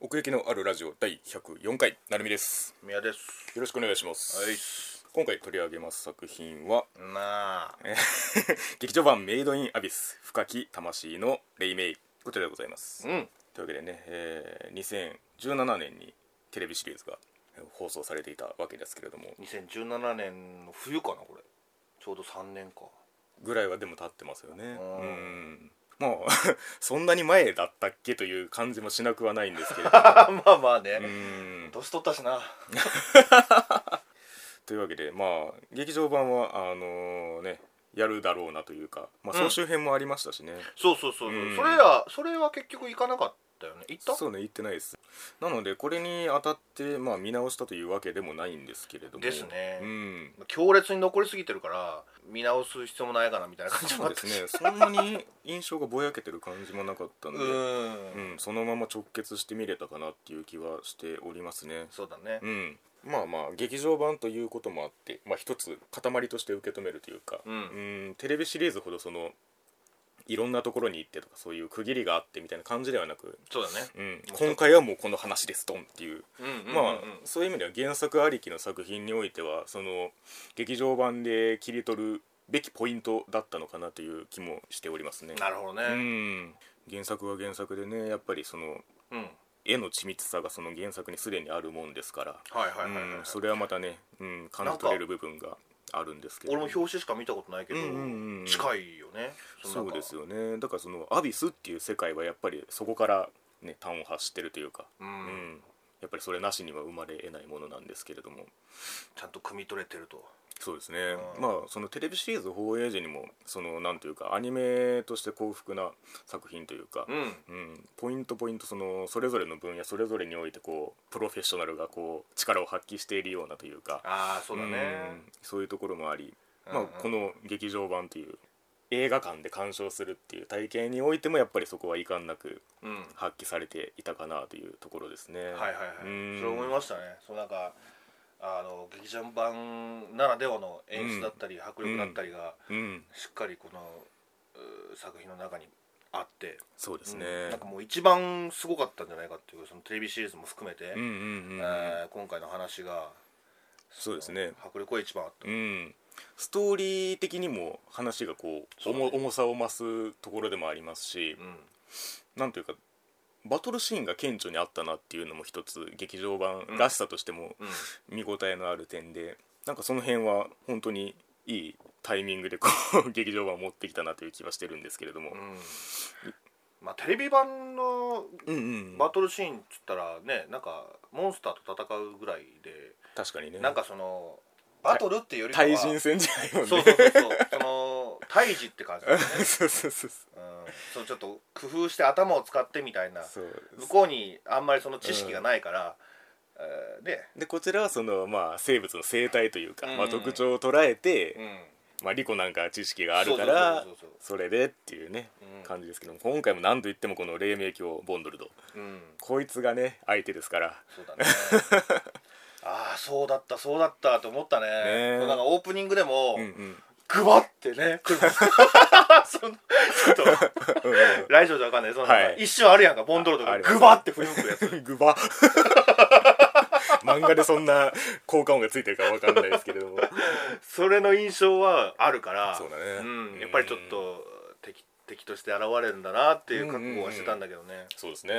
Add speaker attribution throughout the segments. Speaker 1: 奥行きのあるラジオ第104回なるみです
Speaker 2: 宮です
Speaker 1: よろしくお願いします、
Speaker 2: はい
Speaker 1: 今回取り上げます作品は
Speaker 2: なあ
Speaker 1: えー劇場版メイドインアビス深き魂の黎明こちらでございます
Speaker 2: うん
Speaker 1: というわけでね、えー2017年にテレビシリーズがえー放送されていたわけですけれども
Speaker 2: 2017年の冬かなこれちょうど3年 か
Speaker 1: ぐらいはでも経ってますよね
Speaker 2: うん
Speaker 1: うんまあ そんなに前だったっけという感じもしなくはないんですけれど
Speaker 2: まあまあ
Speaker 1: う
Speaker 2: ね
Speaker 1: ん
Speaker 2: 年取ったしな
Speaker 1: というわけでまあ劇場版はあのねやるだろうなというか、まあ、
Speaker 2: うん
Speaker 1: 総集編もありましたしね、
Speaker 2: そうそうそう、
Speaker 1: うん
Speaker 2: それらそれは結局行かなかったよね行った
Speaker 1: そうね言ってないですなのでこれに当たって、まあ、見直したというわけでもないんですけれども
Speaker 2: ですね
Speaker 1: うん
Speaker 2: 強烈に残りすぎてるから見直す必要もないかなみたいな感じも
Speaker 1: そ
Speaker 2: あ
Speaker 1: う
Speaker 2: っ
Speaker 1: で
Speaker 2: た
Speaker 1: す
Speaker 2: し
Speaker 1: ねそんなに印象がぼやけてる感じもなかった
Speaker 2: う
Speaker 1: ので、
Speaker 2: ーん、
Speaker 1: うん、そのまま直結して見れたかなっていう気はしておりますね
Speaker 2: そうだね
Speaker 1: うんまあまあ劇場版ということもあって、まあ、一つ塊として受け止めるというか、
Speaker 2: うん
Speaker 1: うんテレビシリーズほどそのいろんなところに行ってとかそういう区切りがあってみたいな感じではなく、
Speaker 2: そうだね
Speaker 1: うん、今回はもうこの話ですドンっていう
Speaker 2: うんうんうんうん
Speaker 1: まあそういう意味では原作ありきの作品においてはその劇場版で切り取るべきポイントだったのかなという気もしておりますね。
Speaker 2: なるほど
Speaker 1: う
Speaker 2: ね
Speaker 1: ん原作は原作でねやっぱりその
Speaker 2: うん、
Speaker 1: 絵の緻密さがその原作にすでにあるもんですから、
Speaker 2: はいはいはいはい、
Speaker 1: うん、それはまたね、うん、感じ取れる部分があるんですけど
Speaker 2: 俺も表紙しか見たことないけど、
Speaker 1: うんうんうん
Speaker 2: 近いよね
Speaker 1: そうです
Speaker 2: よ、
Speaker 1: よねだからそのアビスっていう世界はやっぱりそこから、ね、端を発してるというか、
Speaker 2: う
Speaker 1: うんん、やっぱりそれなしには生まれ得ないものなんですけれども。
Speaker 2: ちゃんと汲み取れてると
Speaker 1: そうですね、
Speaker 2: うん
Speaker 1: まあそのテレビシリーズ放映時にもそのなんというかアニメとして幸福な作品というか、
Speaker 2: ん
Speaker 1: うんポイントポイントそのそれぞれの分野それぞれにおいてこうプロフェッショナルがこう力を発揮しているようなというか
Speaker 2: ああそうだね
Speaker 1: うんそういうところもあり、
Speaker 2: うんうん
Speaker 1: まあ、この劇場版という映画館で鑑賞するっていう体験においてもやっぱりそこは遺憾なく
Speaker 2: うん、
Speaker 1: 発揮されていたかなというところですね。
Speaker 2: はいはいはい
Speaker 1: うん
Speaker 2: それ思いましたねそうなんかあの劇場版ならではの演出だったり、迫力だったりが
Speaker 1: うん、
Speaker 2: しっかりこのうー作品の中にあって、
Speaker 1: そうですね、
Speaker 2: うんなんかもう一番すごかったんじゃないかっていうそのテレビシリーズも含めて、
Speaker 1: うんうんうんうん
Speaker 2: えー今回の話が
Speaker 1: そうですね
Speaker 2: 迫力が一番あった、
Speaker 1: うん、ストーリー的にも話がこう
Speaker 2: そうだね
Speaker 1: 重重さを増すところでもありますし、
Speaker 2: うん
Speaker 1: なんというかバトルシーンが顕著にあったなっていうのも一つ劇場版らしさとしても
Speaker 2: うん
Speaker 1: 見応えのある点で、なんかその辺は本当にいいタイミングでこう 劇場版を持ってきたなという気はしてるんですけれども、
Speaker 2: うんまあ、テレビ版の
Speaker 1: うんうん
Speaker 2: バトルシーンっつったらねなんかモンスターと戦うぐらいで、
Speaker 1: 確かにね
Speaker 2: なんかそのバトルっていうよりかは
Speaker 1: 対人戦じゃないもんね
Speaker 2: そうそうそうそうその対峙って感じだよね、
Speaker 1: そうそうそう
Speaker 2: うん、そうちょっと工夫して頭を使ってみたいな
Speaker 1: そう
Speaker 2: 向こうにあんまりその知識がないから、えーで、
Speaker 1: でこちらはその、まあ、生物の生態というか、
Speaker 2: うん
Speaker 1: まあ、特徴を捉えて、
Speaker 2: うん、
Speaker 1: まあ、リコなんか知識があるから
Speaker 2: そうそうそう
Speaker 1: それでっていうね、
Speaker 2: うん
Speaker 1: 感じですけども今回も何と言ってもこの黎明教ボンドルド
Speaker 2: そううん
Speaker 1: こいつがね相手ですから
Speaker 2: そう だねああそうだったそうだったと思ったね
Speaker 1: ね
Speaker 2: なんかオープニングでも、
Speaker 1: うんうん
Speaker 2: グバっ てね 来るそのちょっと来場じゃわかんないその、
Speaker 1: はい
Speaker 2: 一瞬あるやんかボンドロと
Speaker 1: ああ
Speaker 2: か
Speaker 1: ります
Speaker 2: グバって振り向くや つ
Speaker 1: グバ漫画でそんな効果音がついてるかわかんないですけれども
Speaker 2: それの印象はあるから
Speaker 1: そうだね
Speaker 2: ん、やっぱりちょっと敵敵として現れるんだなっていう覚悟はしてたんだけどね、
Speaker 1: そうですね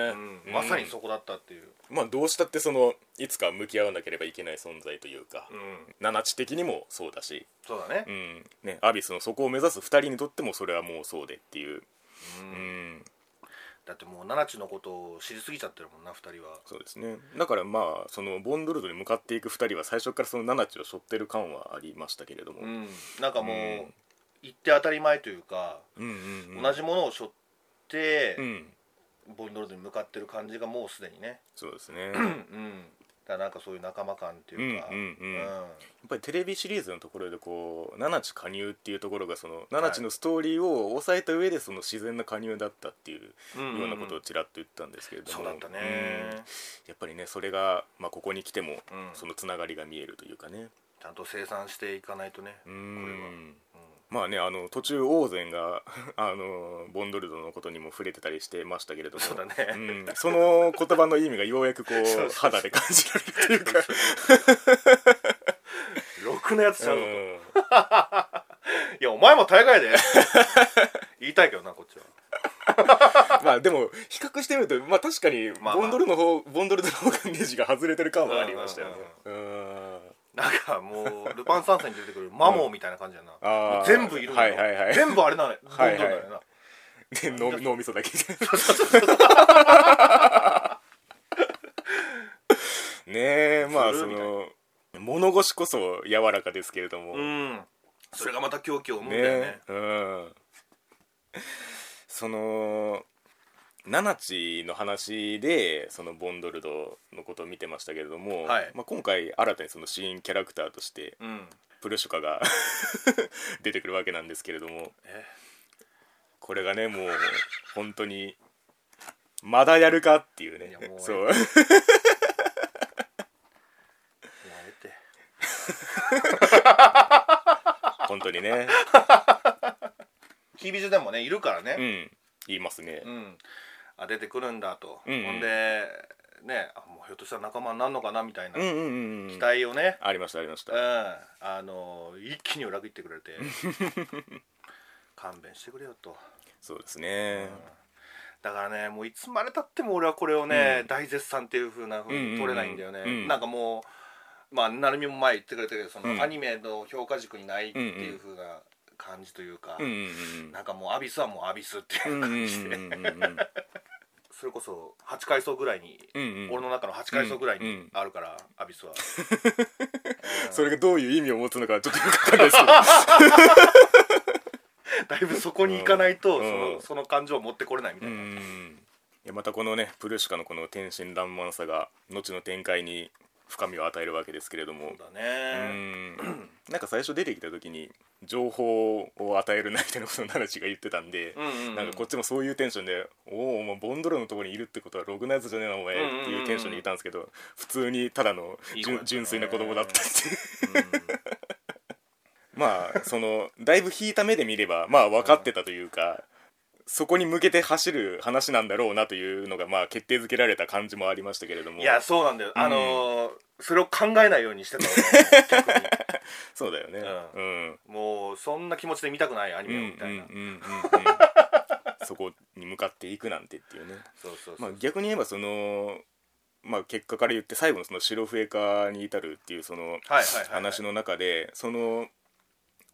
Speaker 2: うん、まさにそこだったっていう、
Speaker 1: うんまあどうしたってそのいつか向き合わなければいけない存在というか、
Speaker 2: うん、
Speaker 1: 七地的にもそうだし、
Speaker 2: そうだね
Speaker 1: う、んね、アビスのそこを目指す2人にとってもそれはもうそうでっていう、
Speaker 2: うん
Speaker 1: うん、
Speaker 2: だってもうナナチのことを知りすぎちゃってるもんな二人は
Speaker 1: そうですねだからまあそのボンドルドに向かっていく2人は最初からそのナナチを背負ってる感はありましたけれども、
Speaker 2: うんなんかもう、
Speaker 1: うん
Speaker 2: 言って当たり前というか、
Speaker 1: うんうんうん
Speaker 2: 同じものを背負って、
Speaker 1: うん
Speaker 2: ボンドロドに向かってる感じがもうすでにね
Speaker 1: そうですね
Speaker 2: うんだからなんかそういう仲間感っていうか
Speaker 1: うんうんうん
Speaker 2: うん
Speaker 1: やっぱりテレビシリーズのところでこう「ナナチ加入」っていうところがそのナナチのストーリーを抑えた上でその自然な加入だったっていうよ
Speaker 2: うんうん
Speaker 1: うなことをちらっと言ったんですけれども、
Speaker 2: そうだったね
Speaker 1: うんやっぱりねそれが、まあ、ここに来ても
Speaker 2: うん
Speaker 1: そのつながりが見えるというかね
Speaker 2: ちゃんと生産していかないとね
Speaker 1: う
Speaker 2: これは
Speaker 1: ん
Speaker 2: うん
Speaker 1: まあねあの途中王禅が あのボンドルドのことにも触れてたりしてましたけれども
Speaker 2: そうだね
Speaker 1: うん、その言葉の意味がようやくこ
Speaker 2: そうそう
Speaker 1: う
Speaker 2: そう
Speaker 1: 肌で感じられるっていうか
Speaker 2: ろくなやつちゃうのか、い
Speaker 1: うん
Speaker 2: やお前も大概で言いたいけどなこっち は
Speaker 1: まあでも比較してみるとまあ確かに
Speaker 2: まあまあ
Speaker 1: ボンドルの方ボンドルドの方がネジが外れてる感はありましたよねうん
Speaker 2: なんかもうルパン三世に出てくるマモーみたいな感じやな、
Speaker 1: あー
Speaker 2: もう全部いるんだよ、
Speaker 1: はいはいはい
Speaker 2: 全部あれなのよどんどん
Speaker 1: はいはい
Speaker 2: だよな
Speaker 1: で脳脳みそだけでねえまあ
Speaker 2: す
Speaker 1: そ
Speaker 2: るみたい
Speaker 1: の物腰こそ柔らかですけれども、
Speaker 2: うんそれがまた狂気を生むんだよね
Speaker 1: ねうんそのナナチの話でそのボンドルドのことを見てましたけれども、
Speaker 2: はい
Speaker 1: まあ、今回新たにその新キャラクターとして
Speaker 2: うん
Speaker 1: プルシュカが 出てくるわけなんですけれども
Speaker 2: え
Speaker 1: これがねもう本当にまだやるかっていう
Speaker 2: い
Speaker 1: ね
Speaker 2: やもう
Speaker 1: そう
Speaker 2: やめて
Speaker 1: 本当にね
Speaker 2: キビジュでもねいるから
Speaker 1: う
Speaker 2: ね、
Speaker 1: ん言いますね
Speaker 2: うんあ出てくるんだと、
Speaker 1: うんうん
Speaker 2: ほんでねあもうひょっとしたら仲間になるのかなみたいな
Speaker 1: うんうんうんう
Speaker 2: 期
Speaker 1: ん
Speaker 2: 待をね、
Speaker 1: ありましたありまし
Speaker 2: うん
Speaker 1: た
Speaker 2: あの一気に裏切ってく れて勘弁してくれよと、
Speaker 1: そうですね
Speaker 2: だからねもういつまでたっても俺はこれをね、大絶賛っていう風な風に取れないんだよね、
Speaker 1: うんうんうん
Speaker 2: なんかもうまあ成美も前言ってくれたけどその、
Speaker 1: うん
Speaker 2: アニメの評価軸にないっていう風な感じというか、
Speaker 1: うんうんうん
Speaker 2: なんかもうアビスはもうアビスって
Speaker 1: う
Speaker 2: いうん
Speaker 1: うん
Speaker 2: 感じで、
Speaker 1: うんうん
Speaker 2: それこそ8階層ぐらいに、
Speaker 1: うんう
Speaker 2: 俺
Speaker 1: ん
Speaker 2: の中の8階層ぐらい
Speaker 1: うんう
Speaker 2: に
Speaker 1: ん
Speaker 2: あるから、アビスは
Speaker 1: それがどういう意味を持つのかちょっとよくわかんないですけ
Speaker 2: だいぶそこに行かないと、
Speaker 1: うん
Speaker 2: その
Speaker 1: うん
Speaker 2: その感情を持ってこれないみた
Speaker 1: どう
Speaker 2: いな、
Speaker 1: んいやまたこのねプルシカのこの天真爛漫さが後の展開に深みを与えるわけですけれども
Speaker 2: そうだ
Speaker 1: う
Speaker 2: ね、
Speaker 1: んなんか最初出てきた時に情報を与えるなみたいなことをナナチが言ってたんで、
Speaker 2: うんうんうん
Speaker 1: なんかこっちもそういうテンションで「おおお前ボンドロのところにいるってことはログなやつじゃねえなお前」
Speaker 2: うんうんうんうん
Speaker 1: っていうテンションでいたんですけど普通にただの
Speaker 2: いい子
Speaker 1: 純
Speaker 2: だったね
Speaker 1: 純粋な子供だったっていうまあそのだいぶ引いた目で見ればまあ分かってたというか。そこに向けて走る話なんだろうなというのがまあ決定づけられた感じもありましたけれど
Speaker 2: う
Speaker 1: も
Speaker 2: んいやそうなんだよ、あのーそれを考えないようにしてた俺は逆に
Speaker 1: そうだよね
Speaker 2: う
Speaker 1: うん
Speaker 2: もうそんな気持ちで見たくないアニ
Speaker 1: うんうん
Speaker 2: メをみたいな、
Speaker 1: うんうんう んそこに向かっていくなんてっていうね、
Speaker 2: そうそうそ
Speaker 1: まあ
Speaker 2: う、、
Speaker 1: 逆に言えばその、まあ、結果から言って最後のその白笛化に至るっていうその
Speaker 2: はいはいはい、はい、
Speaker 1: 話の中で、その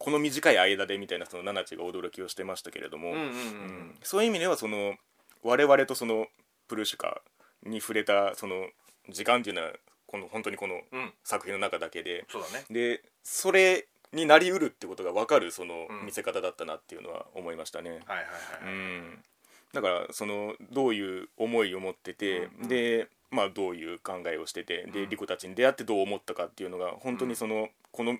Speaker 1: この短い間でみたいなそのナナチが驚きをしてましたけれども、
Speaker 2: うんうんうん、
Speaker 1: うんそういう意味ではその我々とそのプルシュカに触れたその時間っていうのはこの本当にこの
Speaker 2: うんうん、
Speaker 1: 作品の中だけで、
Speaker 2: そうだね
Speaker 1: でそれになりうるってことが分かるその
Speaker 2: うん
Speaker 1: 見せ方だったなっていうのは思いましたね。
Speaker 2: はいはい
Speaker 1: うん
Speaker 2: はい、
Speaker 1: だからそのどういう思いを持ってて、
Speaker 2: うんうん
Speaker 1: で、まあ、どういう考えをしててで
Speaker 2: うん
Speaker 1: リコたちに出会ってどう思ったかっていうのが本当
Speaker 2: うん
Speaker 1: にその、この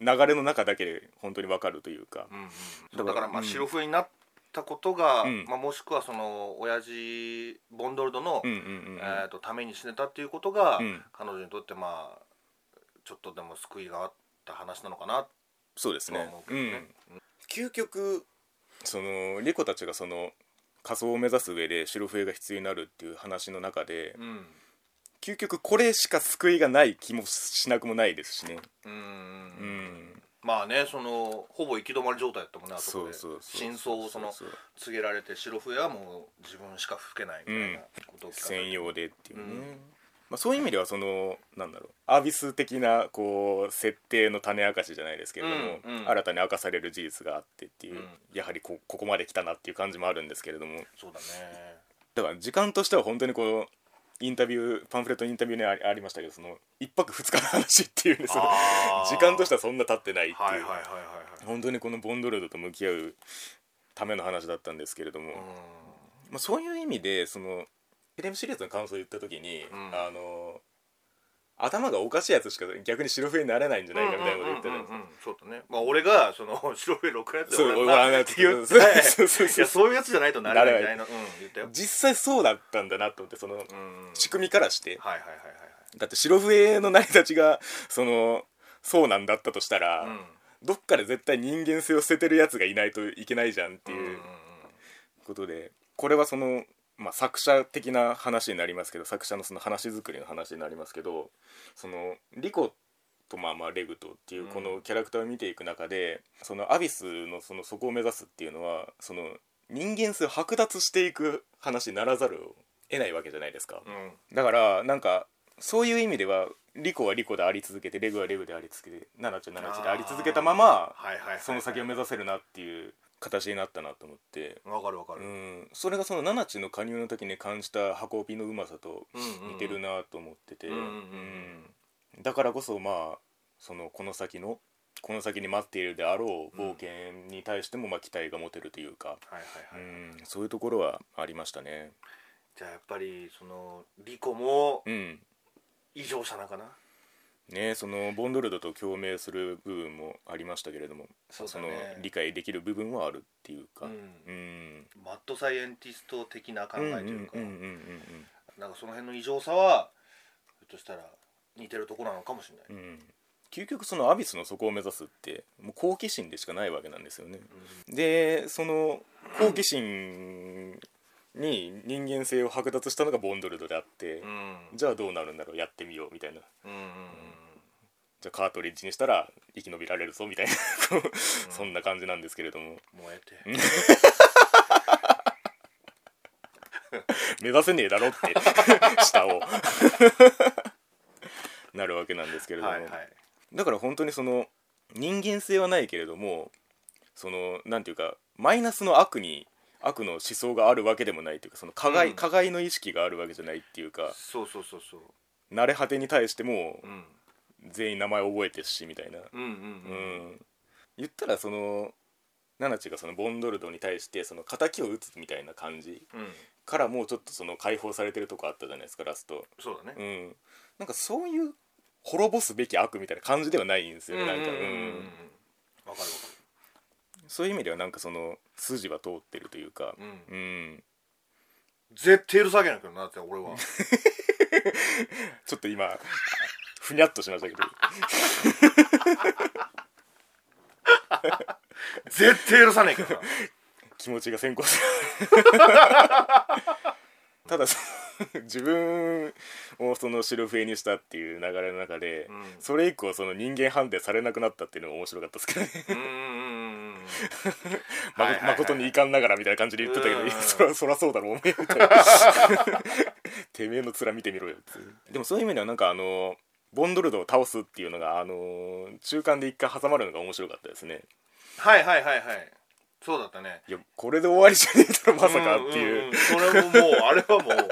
Speaker 1: 流れの中だけで本当に分かるというか。
Speaker 2: うんうんそ
Speaker 1: だ
Speaker 2: う
Speaker 1: から
Speaker 2: だからまあ
Speaker 1: うん
Speaker 2: 白笛になったことが、
Speaker 1: うん
Speaker 2: まあ、もしくはその親父ボンドルドの、
Speaker 1: うんうんうんうん
Speaker 2: えー、とために死ねたっていうことが、
Speaker 1: うん
Speaker 2: 彼女にとってまあちょっとでも救いがあった話なのかな
Speaker 1: そうです
Speaker 2: とは
Speaker 1: ね
Speaker 2: 思うけどね
Speaker 1: うん究極そのリコたちがその仮想を目指す上で白笛が必要になるっていう話の中で、
Speaker 2: うん
Speaker 1: 究極これしか救いがない気もしなくもないですしね
Speaker 2: うんうん
Speaker 1: う
Speaker 2: うん
Speaker 1: ん
Speaker 2: まあねそのほぼ行き止まり状態だったもんねあそこで
Speaker 1: そうそうそう
Speaker 2: 真相をその
Speaker 1: そうそう
Speaker 2: 告げられて白笛はもう自分しか吹けないみたいなことを聞かされて
Speaker 1: 専用でっていうね、
Speaker 2: うん
Speaker 1: まあ、そういう意味ではそのなんだろうアビス的なこう設定の種明かしじゃないですけれども、
Speaker 2: うんうん
Speaker 1: 新たに明かされる事実があってっていう、
Speaker 2: うん
Speaker 1: やはりこここまで来たなっていう感じもあるんですけれども
Speaker 2: そうだね
Speaker 1: だから時間としては本当にこうインタビューパンフレットのインタビューにありありましたけどその1泊2日の話っていうんですよ
Speaker 2: あー
Speaker 1: 時間としてはそんな経ってないっていう。
Speaker 2: はいはいはいはい
Speaker 1: 本当にこのボンドルドと向き合うための話だったんですけれども、
Speaker 2: はい
Speaker 1: まあ、そういう意味でそのテレビシリーズの感想を言った時に、
Speaker 2: うん
Speaker 1: あの頭がおかしいやつしか逆に白笛になれないんじゃ
Speaker 2: うん
Speaker 1: ないかみたいなこと言って
Speaker 2: うん
Speaker 1: た
Speaker 2: うんん
Speaker 1: で
Speaker 2: う
Speaker 1: す
Speaker 2: んうんそうだねまあ俺がその白い6やつ
Speaker 1: そう
Speaker 2: 俺
Speaker 1: 俺は
Speaker 2: は
Speaker 1: あ
Speaker 2: な
Speaker 1: の
Speaker 2: って言っ
Speaker 1: そうそうそう
Speaker 2: てい
Speaker 1: そう
Speaker 2: やそういうやつじゃないとなれないみたいなうん言ったよ
Speaker 1: 実際そうだったんだなと思ってその
Speaker 2: うんうん
Speaker 1: 仕組みからして、
Speaker 2: はいはいはい
Speaker 1: だって白笛の成り立ちがそのそうなんだったとしたら、
Speaker 2: はいはいうん
Speaker 1: どっかで絶対人間性を捨ててるやつがいないといけないじゃんって
Speaker 2: うん
Speaker 1: いう
Speaker 2: うん
Speaker 1: ことで、これはその、まあ、作者的な話になりますけど作者のその話作りの話になりますけどそのリコとまあまあレグとっていう
Speaker 2: うん
Speaker 1: このキャラクターを見ていく中で、そのアビスのそのそこを目指すっていうのはその人間性を剥奪していく話にならざるを得ないわけじゃないですか。
Speaker 2: うんうん
Speaker 1: だからなんかそういう意味ではリコはリコであり続けてレグはレグであり続けてナナちゃんナナちゃんであり続けたまま
Speaker 2: あーはいはいはいはい
Speaker 1: その先を目指せるなっていう形になったなと思って、
Speaker 2: わかるわか
Speaker 1: う
Speaker 2: る、
Speaker 1: ん、それがそのナナチの加入の時に感じた運びのうまさと
Speaker 2: うんうん
Speaker 1: 似てるなと思ってて、
Speaker 2: うんうんうん
Speaker 1: うんだからこそまあそのこの先のこの先に待っているであろう冒険に対してもまあ期待が持てるというか、
Speaker 2: はいは
Speaker 1: う
Speaker 2: いはい、
Speaker 1: ん、そういうところはありましたね。
Speaker 2: じゃあやっぱりそのリコも
Speaker 1: うん
Speaker 2: 異常者なんかな、
Speaker 1: ね、そのボンドルドと共鳴する部分もありましたけれども
Speaker 2: そうだ
Speaker 1: の
Speaker 2: ね
Speaker 1: 理解できる部分はあるっていうか、
Speaker 2: うん
Speaker 1: うん、
Speaker 2: マッドサイエンティスト的な考えというか、
Speaker 1: うんうんうんうん
Speaker 2: なんかその辺の異常さはひょっとしたら似てるところなのかもしれない、
Speaker 1: うんうん究極そのアビスの底を目指すってもう好奇心でしかないわけなんですよね。でその好奇心に人間性を剥奪したのがボンドルドであって、
Speaker 2: うんうん
Speaker 1: じゃあどうなるんだろうやってみようみたいな
Speaker 2: うんうんうん
Speaker 1: じゃあカートリッジにしたら生き延びられるぞみたいな、こうそんな感じなんですけれども
Speaker 2: 燃えて
Speaker 1: 目指せねえだろって下 をなるわけなんですけれども、
Speaker 2: はいはい
Speaker 1: だから本当にその人間性はないけれどもそのなんていうかマイナスの悪に悪の思想があるわけでもないというかその加害,、
Speaker 2: うん
Speaker 1: 加害の意識があるわけじゃないっていうか
Speaker 2: そうそうそうそう、
Speaker 1: 慣れ果てに対しても
Speaker 2: うん、
Speaker 1: 全員名前覚えてるしみたいな、
Speaker 2: うんうん
Speaker 1: う
Speaker 2: うん
Speaker 1: ん、言ったらそのナナチがそのボンドルドに対してその敵を討つみたいな感じ
Speaker 2: うん
Speaker 1: からもうちょっとその解放されてるとこあったじゃないですかラスト。
Speaker 2: そうだ
Speaker 1: う
Speaker 2: ね
Speaker 1: ん、なんかそういう滅ぼすべき悪みたいな感じではないんですよね、なんか、
Speaker 2: う
Speaker 1: うん
Speaker 2: うんうんうん
Speaker 1: ん、
Speaker 2: わかる
Speaker 1: そういう意味ではなんかその筋は通ってるというか
Speaker 2: わか、る、
Speaker 1: う
Speaker 2: うん、
Speaker 1: ん、
Speaker 2: 絶対許さげなきゃなって 俺は
Speaker 1: ちょっと今ふにゃっとしましたけど
Speaker 2: 絶対許さねえからな
Speaker 1: 気持ちが先行するただその自分をその白笛にしたっていう流れの中で、
Speaker 2: うん
Speaker 1: それ以降その人間判定されなくなったっていうのが面白かったですけどね
Speaker 2: うんうんうんうんうん
Speaker 1: ま
Speaker 2: はいはいはい
Speaker 1: 誠に遺憾ながらみたいな感じで言ってたけど、
Speaker 2: うん
Speaker 1: いやそらそらそうだろお前 みたいなてめえの面見てみろよっていうでもそういう意味ではなんかあのボンドルドを倒すっていうのがあの中間で一回挟まるのが面白かったですね
Speaker 2: はいはいはいはいそうだったね
Speaker 1: いやこれで終わりじゃねえだろまさかっていう,、
Speaker 2: んんんそれももうあれはもう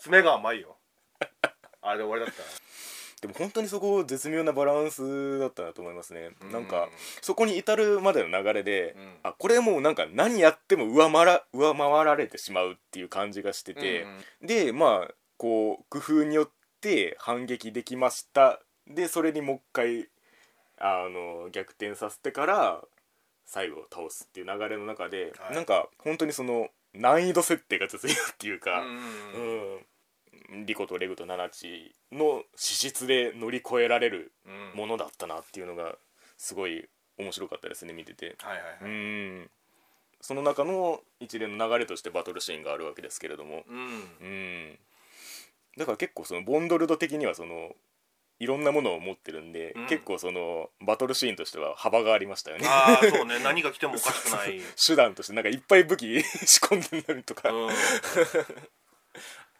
Speaker 2: 爪が甘いよあれで終わりだったら
Speaker 1: でも本当にそこ絶妙なバランスだったなと思いますね、
Speaker 2: うん
Speaker 1: なんかそこに至るまでの流れで、
Speaker 2: うん
Speaker 1: あこれもうなんか何やっても上回ら上回られてしまうっていう感じがしてて、
Speaker 2: うんうん
Speaker 1: でまあこう工夫によって反撃できましたでそれにもう一回あの逆転させてから最後を倒すっていう流れの中で、
Speaker 2: はい
Speaker 1: なんか本当にその難易度設定が絶妙っていうか、
Speaker 2: うんうん
Speaker 1: うんリコとレグとナナチの資質で乗り越えられる
Speaker 2: うん
Speaker 1: ものだったなっていうのがすごい面白かったですね見てて。
Speaker 2: はいはいうはい
Speaker 1: んその中の一連の流れとしてバトルシーンがあるわけですけれども、
Speaker 2: うん
Speaker 1: うんだから結構そのボンドルド的にはそのいろんなものを持ってるんで、
Speaker 2: うん
Speaker 1: 結構そのバトルシーンとしては幅がありましたよね
Speaker 2: ああそうね何が来てもおかし くない
Speaker 1: 手段としてなんかいっぱい武器 仕込んでるのとか、
Speaker 2: う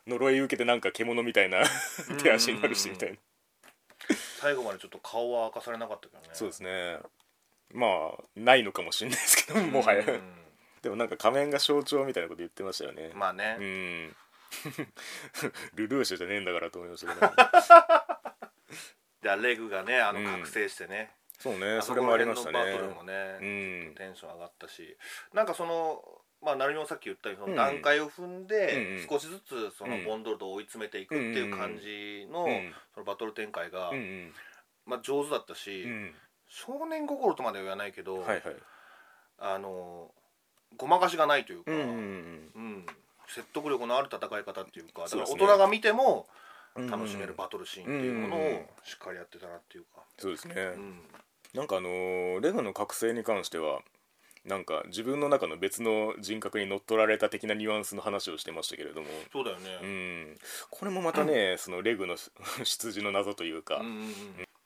Speaker 1: 呪い受けてなんか獣みたいな
Speaker 2: ん
Speaker 1: 手足になるしみたいな、
Speaker 2: 最後までちょっと顔は明かされなかったけどね
Speaker 1: そうですねまあないのかもしれないですけどもはや、
Speaker 2: うん
Speaker 1: でもなんか仮面が象徴みたいなこと言ってましたよね、
Speaker 2: まあね
Speaker 1: うん ルルーシュじゃねえんだからと思いましたけ ど
Speaker 2: でレグがねあの
Speaker 1: うん
Speaker 2: 覚醒してね
Speaker 1: そうねそれもありましたね
Speaker 2: あそこら辺のバトルも
Speaker 1: う
Speaker 2: ね
Speaker 1: ん
Speaker 2: テンション上がったしなんかそのまあ成美もさっき言ったようにそ
Speaker 1: うん
Speaker 2: の段階を踏ん
Speaker 1: うんう
Speaker 2: で
Speaker 1: ん
Speaker 2: 少しずつその
Speaker 1: うん
Speaker 2: ボンドルドを追い詰めていくっていう感じの
Speaker 1: うん
Speaker 2: そのバトル展開が
Speaker 1: うんうん
Speaker 2: まあ上手だったし
Speaker 1: うん
Speaker 2: 少年心とまでは言わないけど
Speaker 1: はいはい
Speaker 2: あのごまかしがないというか
Speaker 1: うんうん
Speaker 2: うん説得力のある戦い方っていうかだか
Speaker 1: そう
Speaker 2: ら
Speaker 1: です
Speaker 2: 大
Speaker 1: ね
Speaker 2: 人が見ても
Speaker 1: うん
Speaker 2: 楽しめるバトルシーンっていうものをしっかりやってたなっていうか、
Speaker 1: そうですね、
Speaker 2: うん
Speaker 1: なんかあのーレガの覚醒に関してはなんか自分の中の別の人格に乗っ取られた的なニュアンスの話をしてましたけれども、
Speaker 2: そうだよ
Speaker 1: う
Speaker 2: ね、
Speaker 1: ん、これもまたね、そのレグの 出自の謎というか、
Speaker 2: うんうんうん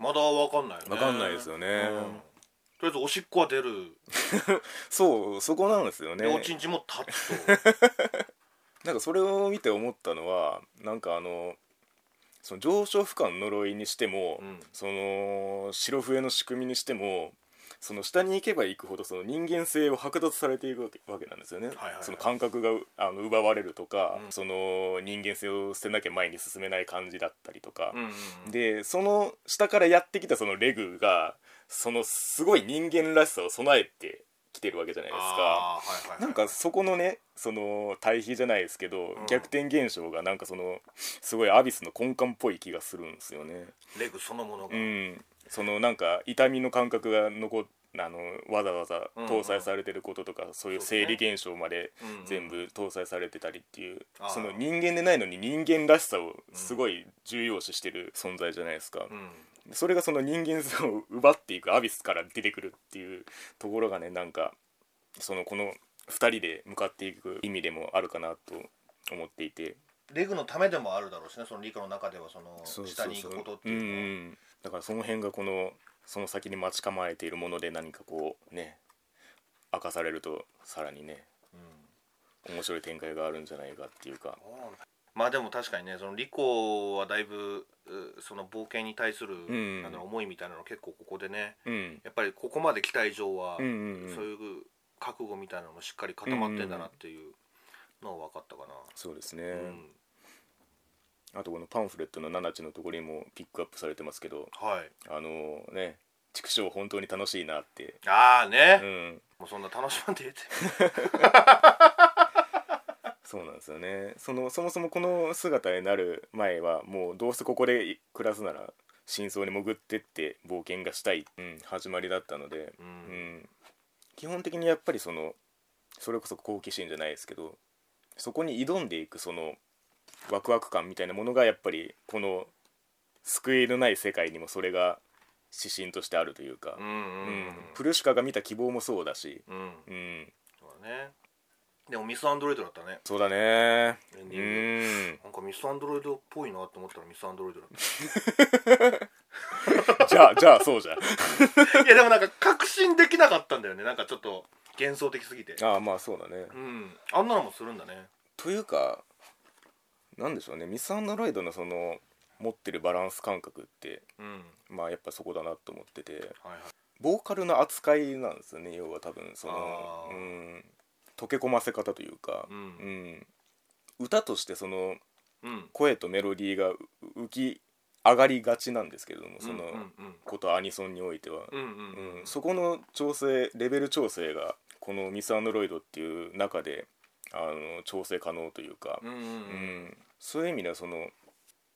Speaker 2: まだわかんないよね
Speaker 1: わかんないですよね
Speaker 2: うんとりあえずおしっこは出る、
Speaker 1: そうそこなんですよね
Speaker 2: でおちんちも立 つと
Speaker 1: なんかそれを見て思ったのはなんかあのその上昇負荷の呪いにしても、
Speaker 2: うん
Speaker 1: その白笛の仕組みにしてもその下に行けば行くほどその人間性を剥奪されていくわけわけなんですよね、
Speaker 2: いはいはい
Speaker 1: その感覚がうあの奪われるとか、
Speaker 2: うん
Speaker 1: その人間性を捨てなきゃ前に進めない感じだったりとか、
Speaker 2: うんうんうん
Speaker 1: でその下からやってきたそのレグがそのすごい人間らしさを備えてきてるわけじゃないですか。
Speaker 2: あーはいはいはい
Speaker 1: なんかそこのねその対比じゃないですけど、
Speaker 2: うん
Speaker 1: 逆転現象がなんかそのすごいアビスの根幹っぽい気がするんですよね。
Speaker 2: レグそのものが、
Speaker 1: うん、そのなんか痛みの感覚が残っあのわざわざ
Speaker 2: うんうん
Speaker 1: 搭載されてることとか、そういう生理現象まで
Speaker 2: そうですねうんうん
Speaker 1: 全部搭載されてたりっていう、
Speaker 2: あー
Speaker 1: その人間でないのに人間らしさをすごい重要視してる存在じゃないですか、
Speaker 2: うん
Speaker 1: それがその人間性を奪っていくアビスから出てくるっていうところがねなんかそのこの2人で向かっていく意味でもあるかなと思っていて
Speaker 2: レグのためでもあるだろうしねその理科の中ではその
Speaker 1: そう
Speaker 2: 下
Speaker 1: そう
Speaker 2: に行
Speaker 1: そう
Speaker 2: くことって
Speaker 1: う
Speaker 2: い
Speaker 1: んう
Speaker 2: うのは
Speaker 1: んだからその辺がこのその先に待ち構えているもので何かこうね明かされるとさらにね
Speaker 2: うん
Speaker 1: 面白い展開があるんじゃないかっていうか
Speaker 2: まあでも確かにねそのリコはだいぶうその冒険に対する、
Speaker 1: ん
Speaker 2: なんだろう思いみたいなの結構ここでね
Speaker 1: うん
Speaker 2: やっぱりここまで来た以上は、
Speaker 1: うんうんうん
Speaker 2: そういう覚悟みたいなのもしっかり固まってんだなっていうのは分かったか
Speaker 1: そうです
Speaker 2: な、
Speaker 1: ね
Speaker 2: うん
Speaker 1: あとこのパンフレットの七地のところにもピックアップされてますけど
Speaker 2: はい
Speaker 1: あのね畜生本当に楽しいなって
Speaker 2: ああね、
Speaker 1: うん
Speaker 2: もうそんな楽しまんでえ えって
Speaker 1: そうなんですよねそのそもそもこの姿になる前はもうどうせここで暮らすなら真相に潜ってって冒険がしたい、うん、始まりだったので、
Speaker 2: う
Speaker 1: うんん、基本的にやっぱりそのそれこそ好奇心じゃないですけどそこに挑んでいくそのワクワク感みたいなものがやっぱりこの救いのない世界にもそれが指針としてあるというか
Speaker 2: う、ん
Speaker 1: う
Speaker 2: うんんうん
Speaker 1: プルシカが見た希望もそうだし、
Speaker 2: うん、
Speaker 1: うん、
Speaker 2: そうだねでもミス・アンドロイドだったね
Speaker 1: そうだね
Speaker 2: エ
Speaker 1: う
Speaker 2: ンディング
Speaker 1: ん
Speaker 2: なんかミス・アンドロイドっぽいなと思ったらミス・アンドロイド だっ
Speaker 1: じゃあじゃあそうじゃん
Speaker 2: たいやでもなんか確信できなかったんだよねなんかちょっと幻想的すぎて
Speaker 1: ああまあそうだね
Speaker 2: うんあんなのもするんだね
Speaker 1: というかなんでしょうねミス・アンドロイドのその持ってるバランス感覚って
Speaker 2: うん
Speaker 1: まあやっぱそこだなと思ってて
Speaker 2: はいはい
Speaker 1: ボーカルの扱いなんですよね要は多分そ
Speaker 2: あ
Speaker 1: の
Speaker 2: ー
Speaker 1: うん溶け込ませ方というか、
Speaker 2: うん
Speaker 1: うん歌としてその
Speaker 2: うん
Speaker 1: 声とメロディーがう浮き上がりがちなんですけれどもその
Speaker 2: うんうん
Speaker 1: ことアニソンにおいては、
Speaker 2: うんうんうん
Speaker 1: うん、そこの調整レベル調整がこのミス・アンドロイドっていう中であの調整可能というか、
Speaker 2: うんうん
Speaker 1: うんそういう意味ではその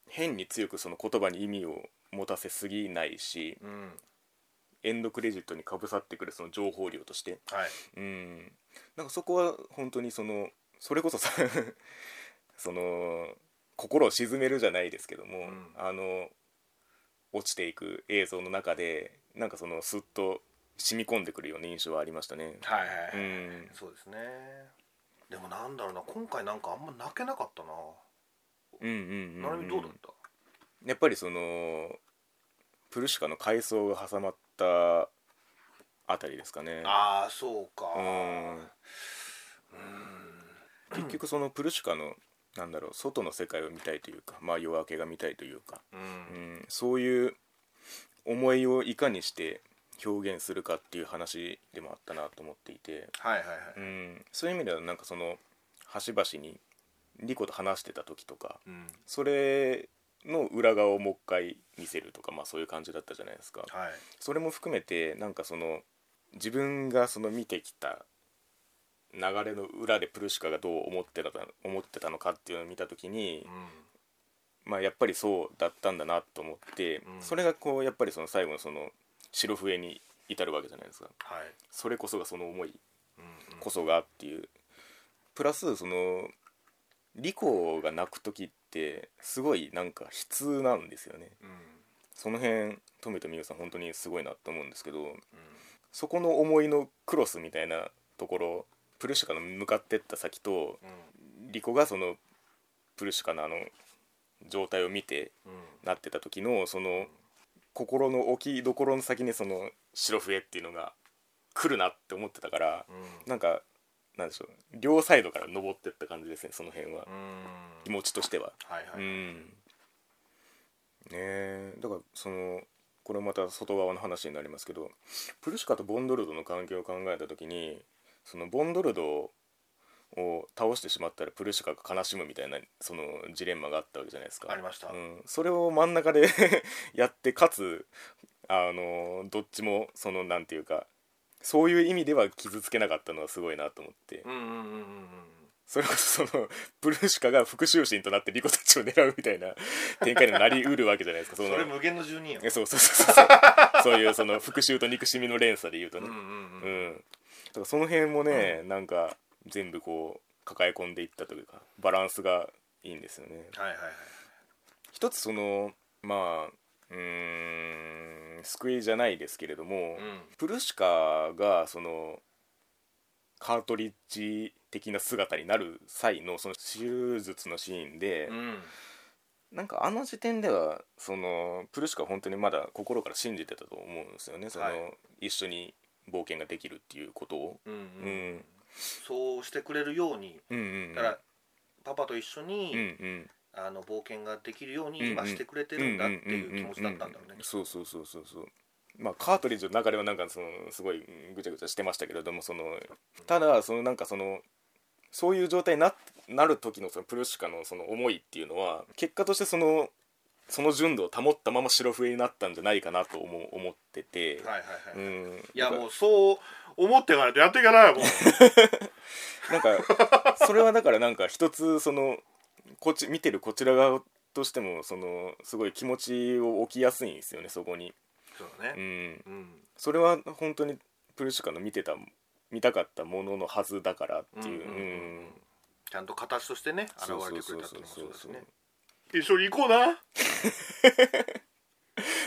Speaker 1: 変に強くその言葉に意味を持たせすぎないし
Speaker 2: うんうん
Speaker 1: エンドクレジットにかぶさってくるその情報量として、
Speaker 2: はい
Speaker 1: うん、なんかそこは本当にそのそれこそさ その心を沈めるじゃないですけども、
Speaker 2: ん
Speaker 1: あの落ちていく映像の中でなんかそのスッと染み込んでくるような印象はありましたね。
Speaker 2: はいは
Speaker 1: う
Speaker 2: いはい
Speaker 1: ん、
Speaker 2: そうですねでもなんだろうな今回なんかあんま泣けなかったな
Speaker 1: うんうん
Speaker 2: な
Speaker 1: う
Speaker 2: る
Speaker 1: ん
Speaker 2: み
Speaker 1: ん
Speaker 2: どうだった
Speaker 1: やっぱりそのプルシカの階層が挟まったあたりですかね
Speaker 2: ああそうか
Speaker 1: うん結局そのプルシカのなんだろう外の世界を見たいというか、まあ、夜明けが見たいというか、
Speaker 2: う
Speaker 1: うんん、そういう思いをいかにして表現するかっていう話でもあったなと思っていて、
Speaker 2: はいはいは
Speaker 1: う
Speaker 2: い
Speaker 1: ん、そういう意味ではなんかその端々にリコと話してた時とか
Speaker 2: うん
Speaker 1: それの裏側をもう一回見せるとか、まあ、そういう感じだったじゃないですか。
Speaker 2: はい
Speaker 1: それも含めてなんかその自分がその見てきた流れの裏でプルシカがどう思ってた思ってたのかっていうのを見た時に
Speaker 2: う、ん
Speaker 1: まあ、やっぱりそうだったんだなと思って、
Speaker 2: うん
Speaker 1: それがこうやっぱりその最後のその白笛に至るわけじゃないですか
Speaker 2: はい
Speaker 1: それこそがその思い
Speaker 2: うん
Speaker 1: こそがっていうプラスそのリコが泣く時ってすごいなんか悲痛なんですよね
Speaker 2: うん
Speaker 1: その辺富田美優さん本当にすごいなと思うんですけどそこの思いのクロスみたいなところプルシュカの向かってった先と
Speaker 2: うん
Speaker 1: リコがそのプルシュカのあの状態を見て
Speaker 2: うん
Speaker 1: なってた時のその心の置きどころの先にその白笛っていうのが来るなって思ってたから
Speaker 2: うん
Speaker 1: なんかなんでしょう両サイドから登ってった感じですねその辺は
Speaker 2: うん
Speaker 1: 気持ちとしては。
Speaker 2: はいは
Speaker 1: う
Speaker 2: い
Speaker 1: んねえだからそのこれまた外側の話になりますけどプルシカとボンドルドの関係を考えた時にそのボンドルドを倒してしまったらプルシカが悲しむみたいなそのジレンマがあったわけじゃないですか。
Speaker 2: ありました
Speaker 1: うん、それを真ん中で やってかつあのどっちもそのなんていうかそういう意味では傷つけなかったのはすごいなと思って、
Speaker 2: うんうんうんうんうん
Speaker 1: それこそその プルシカが復讐心となってリコたちを狙うみたいな展開にもなりうるわけじゃないですかその
Speaker 2: それ無限の住人や
Speaker 1: えそうそうそうそう そういうその復讐と憎しみの連鎖で言うと
Speaker 2: うん
Speaker 1: ね
Speaker 2: うん
Speaker 1: う
Speaker 2: うん
Speaker 1: ん、だからその辺もね、なんか全部こう抱え込んでいったというかバランスがいいんですよね
Speaker 2: はいはいはい
Speaker 1: 一つそのまあうーん救いじゃないですけれども、
Speaker 2: う
Speaker 1: プルシカがそのカートリッジ的な姿になる際のその手術のシーンで、
Speaker 2: んうん
Speaker 1: なんかあの時点ではそのプルシカは本当にまだ心から信じてたと思うんですよねその、
Speaker 2: は
Speaker 1: 一緒に冒険ができるっていうことを。
Speaker 2: うん
Speaker 1: う
Speaker 2: うん
Speaker 1: ん、
Speaker 2: そうしてくれるように
Speaker 1: うんうん
Speaker 2: だからパパと一緒
Speaker 1: うんう
Speaker 2: に
Speaker 1: ん
Speaker 2: あの冒険ができるよう
Speaker 1: うんう
Speaker 2: に
Speaker 1: ん
Speaker 2: 今してくれてるんだっていう気持ちだったんだろうね
Speaker 1: そうそうそうそうそうまあカートリッジの中ではなんかそのすごいぐちゃぐちゃしてましたけれどもそのただそのなんかそのそういう状態にななる時のそのプルシカのその思いっていうのは結果としてそのその純度を保ったまま白笛になったんじゃないかなと思う思ってて、
Speaker 2: はいはいは
Speaker 1: う
Speaker 2: い
Speaker 1: ん、
Speaker 2: いや
Speaker 1: なんか
Speaker 2: もうそう思っていかないとやっていかないよもう
Speaker 1: なんかそれはだからなんか一つそのこっち見てるこちら側としてもそのすごい気持ちを置きやすいんですよねそこに。
Speaker 2: そうだ
Speaker 1: う
Speaker 2: ね
Speaker 1: ん、
Speaker 2: うん
Speaker 1: それは本当にプルシュカの見てた見たかったもののはずだからっていう。
Speaker 2: うん
Speaker 1: う
Speaker 2: うんうん
Speaker 1: ん
Speaker 2: ちゃんと形としてね現
Speaker 1: そう
Speaker 2: れ
Speaker 1: そう
Speaker 2: てく
Speaker 1: そう
Speaker 2: れたって
Speaker 1: そう
Speaker 2: いう
Speaker 1: そ
Speaker 2: のもそう
Speaker 1: う
Speaker 2: だしね一緒に行こうな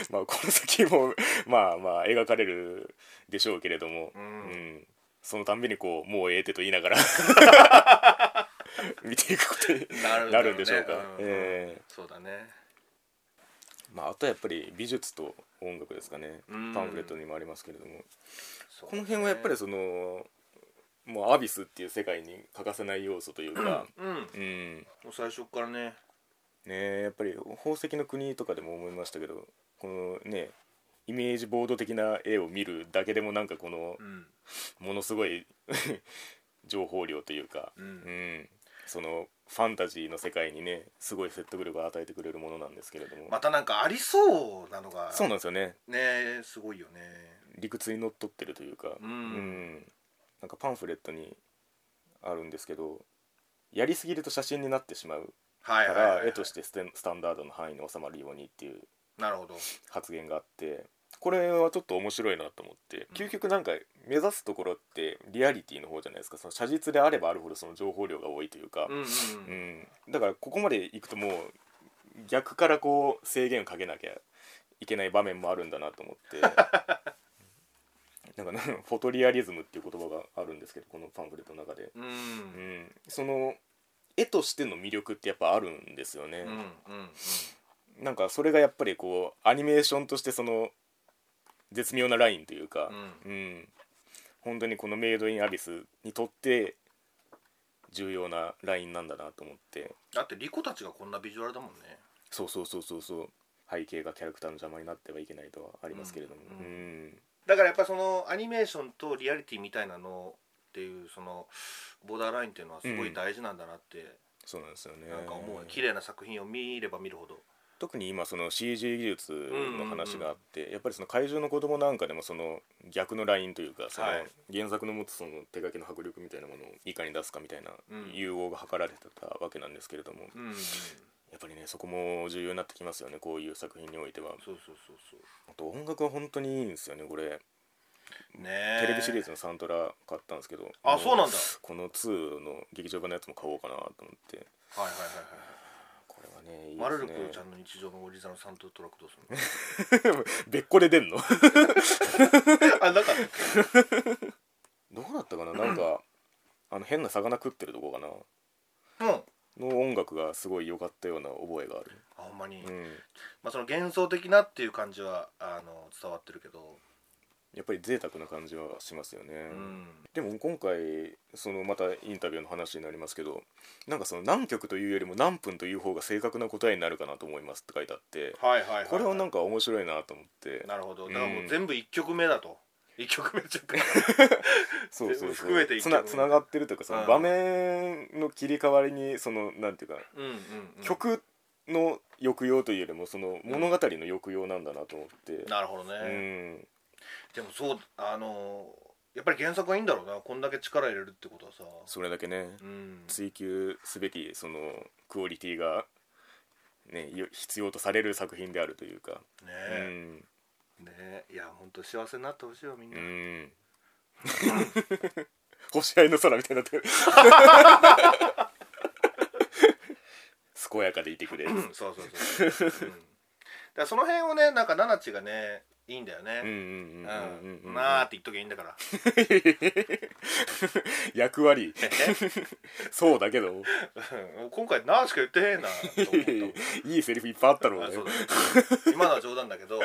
Speaker 1: まあこの先もまあまあ描かれるでしょうけれども、
Speaker 2: うん
Speaker 1: んそのたんびにこうもうええてと言いながら 見ていくことになるんでしょうか。
Speaker 2: なるんだろうねうん
Speaker 1: ええ
Speaker 2: そうだね
Speaker 1: まあ、あとはやっぱり美術と音楽ですかね
Speaker 2: うん
Speaker 1: パンフレットにもありますけれども、
Speaker 2: そう
Speaker 1: この辺はやっぱりそのもうアビスっていう世界に欠かせない要素というか、
Speaker 2: うんも
Speaker 1: うん、
Speaker 2: う最初からね
Speaker 1: ねえやっぱり宝石の国とかでも思いましたけどこのねイメージボード的な絵を見るだけでもなんかこの
Speaker 2: うん
Speaker 1: ものすごい 情報量というか、
Speaker 2: う
Speaker 1: うんん、そのファンタジーの世界にねすごい説得力を与えてくれるものなんですけれども、
Speaker 2: またなんかありそうなのが
Speaker 1: そうなんですよね
Speaker 2: ねすごいよね
Speaker 1: 理屈にのっとってるというか、
Speaker 2: うん
Speaker 1: なんかパンフレットにあるんですけどやりすぎると写真になってしまう
Speaker 2: は
Speaker 1: か
Speaker 2: いはいはい
Speaker 1: ら
Speaker 2: はい
Speaker 1: 絵としてステンスタンダードの範囲に収まるようにっていう
Speaker 2: なるほど
Speaker 1: 発言があってこれはちょっと面白いなと思って
Speaker 2: うん
Speaker 1: 究極なんか目指すところってリアリティの方じゃないですかその写実であればあるほどその情報量が多いというか
Speaker 2: う、んうん
Speaker 1: う
Speaker 2: うん
Speaker 1: んだからここまでいくともう逆からこう制限をかけなきゃいけない場面もあるんだなと思 ってなんかなフォトリアリズムっていう言葉があるんですけどこのパンフレットの中で、
Speaker 2: う
Speaker 1: うんん、その絵としての魅力ってやっぱあるんですよね。
Speaker 2: うんうん
Speaker 1: なんかそれがやっぱりこうアニメーションとしてその絶妙なラインというか
Speaker 2: う、ん
Speaker 1: うん本当にこの「メイド・イン・アビス」にとって重要なラインなんだなと思って
Speaker 2: だってリコたちがこんなビジュアルだもんね
Speaker 1: そうそうそうそうそう背景がキャラクターの邪魔になってはいけないとはありますけれども、
Speaker 2: うんう
Speaker 1: うん
Speaker 2: だからやっぱそのアニメーションとリアリティみたいなのっていうそのボーダーラインっていうのはすごい大事なんだなって
Speaker 1: そうなんですよね
Speaker 2: なんか思う綺麗な作品を見れば見るほど
Speaker 1: 特に今その CG 技術の話があって、やっぱりその怪獣の子供なんかでもその逆のラインというかその
Speaker 2: はい
Speaker 1: 原作の持つその手書きの迫力みたいなものをいかに出すかみたいな
Speaker 2: うん
Speaker 1: 融合が図られてたわけなんですけれども、
Speaker 2: うんうん
Speaker 1: やっぱりねそこも重要になってきますよねこういう作品においては
Speaker 2: そうそうそうそ
Speaker 1: あと音楽は本当にいいんですよねこれ
Speaker 2: うねえ
Speaker 1: テレビシリーズのサントラ買ったんですけども
Speaker 2: あそうなんだ
Speaker 1: この2の劇場版のやつも買おうかなと思って
Speaker 2: はいはいはいはい
Speaker 1: ここれはねいい
Speaker 2: マ
Speaker 1: で
Speaker 2: ル
Speaker 1: す
Speaker 2: ル
Speaker 1: ね
Speaker 2: クちゃんの日常のオリジナルサントトラックどうするの
Speaker 1: 別個で出んの
Speaker 2: あなんか
Speaker 1: どうだったかななん かあの変な魚食ってるとこかな
Speaker 2: うんあ
Speaker 1: の音楽がすごい良かったような覚えがある
Speaker 2: ほんまに、
Speaker 1: うん
Speaker 2: まあ、その幻想的なっていう感じはあの伝わってるけど
Speaker 1: やっぱり贅沢な感じはしますよね、
Speaker 2: うん
Speaker 1: でも今回そのまたインタビューの話になりますけどなんかその何曲というよりも何分という方が正確な答えになるかなと思いますって書いてあって
Speaker 2: はいはいはい、はい、
Speaker 1: これはなんか面白いなと思って
Speaker 2: なるほどだからもううん全部1曲目だと、一1曲目じゃなくて
Speaker 1: そうそうそう
Speaker 2: 含めて一
Speaker 1: つ
Speaker 2: 曲
Speaker 1: なつながってるというかそ
Speaker 2: うん
Speaker 1: の場面の切り替わりにそのなんていうか
Speaker 2: うんうん、うん、
Speaker 1: 曲の抑揚というよりもその物語の抑揚なんだなと思って
Speaker 2: なるほどね、
Speaker 1: うん
Speaker 2: でもそうあのやっぱり原作はいいんだろうなこんだけ力入れるってことはさ
Speaker 1: それだけね
Speaker 2: うん
Speaker 1: 追求すべきそのクオリティがねよ必要とされる作品であるというか
Speaker 2: ね
Speaker 1: う
Speaker 2: え、
Speaker 1: ん
Speaker 2: ねえいや本当幸せになってほしいよみん
Speaker 1: う
Speaker 2: な、
Speaker 1: ん 星合いの空みたいになってる健やかでいてくれ
Speaker 2: うんそうそうそう、うん、だからその辺をねなんかナナチがねいいんだよ
Speaker 1: うんう
Speaker 2: ね
Speaker 1: んうんうんうんうん
Speaker 2: なあって言っときゃいいんだ から
Speaker 1: 役割そうだけど
Speaker 2: うん今回なあしか言ってへんなと思っ たもん
Speaker 1: いいセリフいっぱいあったろ
Speaker 2: あ
Speaker 1: うね
Speaker 2: そうだね今のは冗談だけど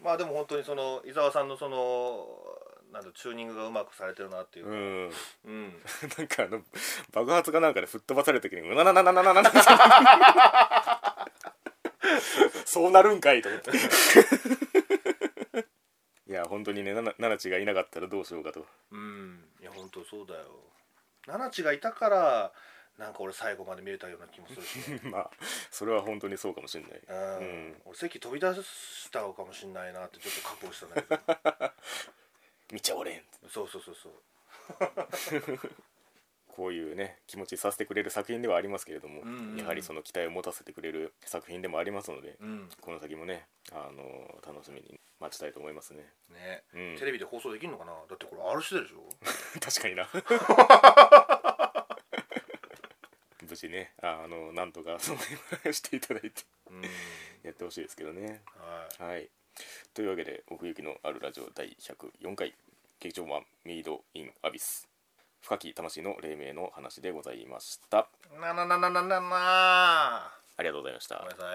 Speaker 2: まあでも本当にその伊沢さんのそのなんだチューニングがうまくされてるなっていうう、
Speaker 1: ん
Speaker 2: うん、
Speaker 1: なんかあの爆発かなんかで吹っ飛ばされた時にうななななななななそうなるんかいと思っていや本当にねななななちがいなかったらどうしようかと
Speaker 2: うん、いや本当そうだよナナチがいたからなんか俺最後まで見れたような気もするしね、
Speaker 1: まあそれは本当にそうかもしれない
Speaker 2: うん
Speaker 1: うん
Speaker 2: 俺席飛び出したのかもしんないなってちょっと覚悟したんだ けど
Speaker 1: 見ちゃおれん
Speaker 2: そうそうそうそう
Speaker 1: こういうね気持ちさせてくれる作品ではありますけれども、
Speaker 2: うんうんうん
Speaker 1: やはりその期待を持たせてくれる作品でもありますので、
Speaker 2: うん
Speaker 1: この先もねあの楽しみに待ちたいと思いますね、
Speaker 2: ね、
Speaker 1: うん、
Speaker 2: テレビで放送できるのかなだってこれ RC でしょ
Speaker 1: 確かにな無事ねあのなんとかその辺はしていただいて
Speaker 2: うん
Speaker 1: やってほしいですけどね
Speaker 2: は
Speaker 1: はいというわけで奥行きのあるラジオ第104回劇場版メイドインアビス深き魂の黎明の話でございました
Speaker 2: いななななななな
Speaker 1: ありがとうございました
Speaker 2: ごめんなさい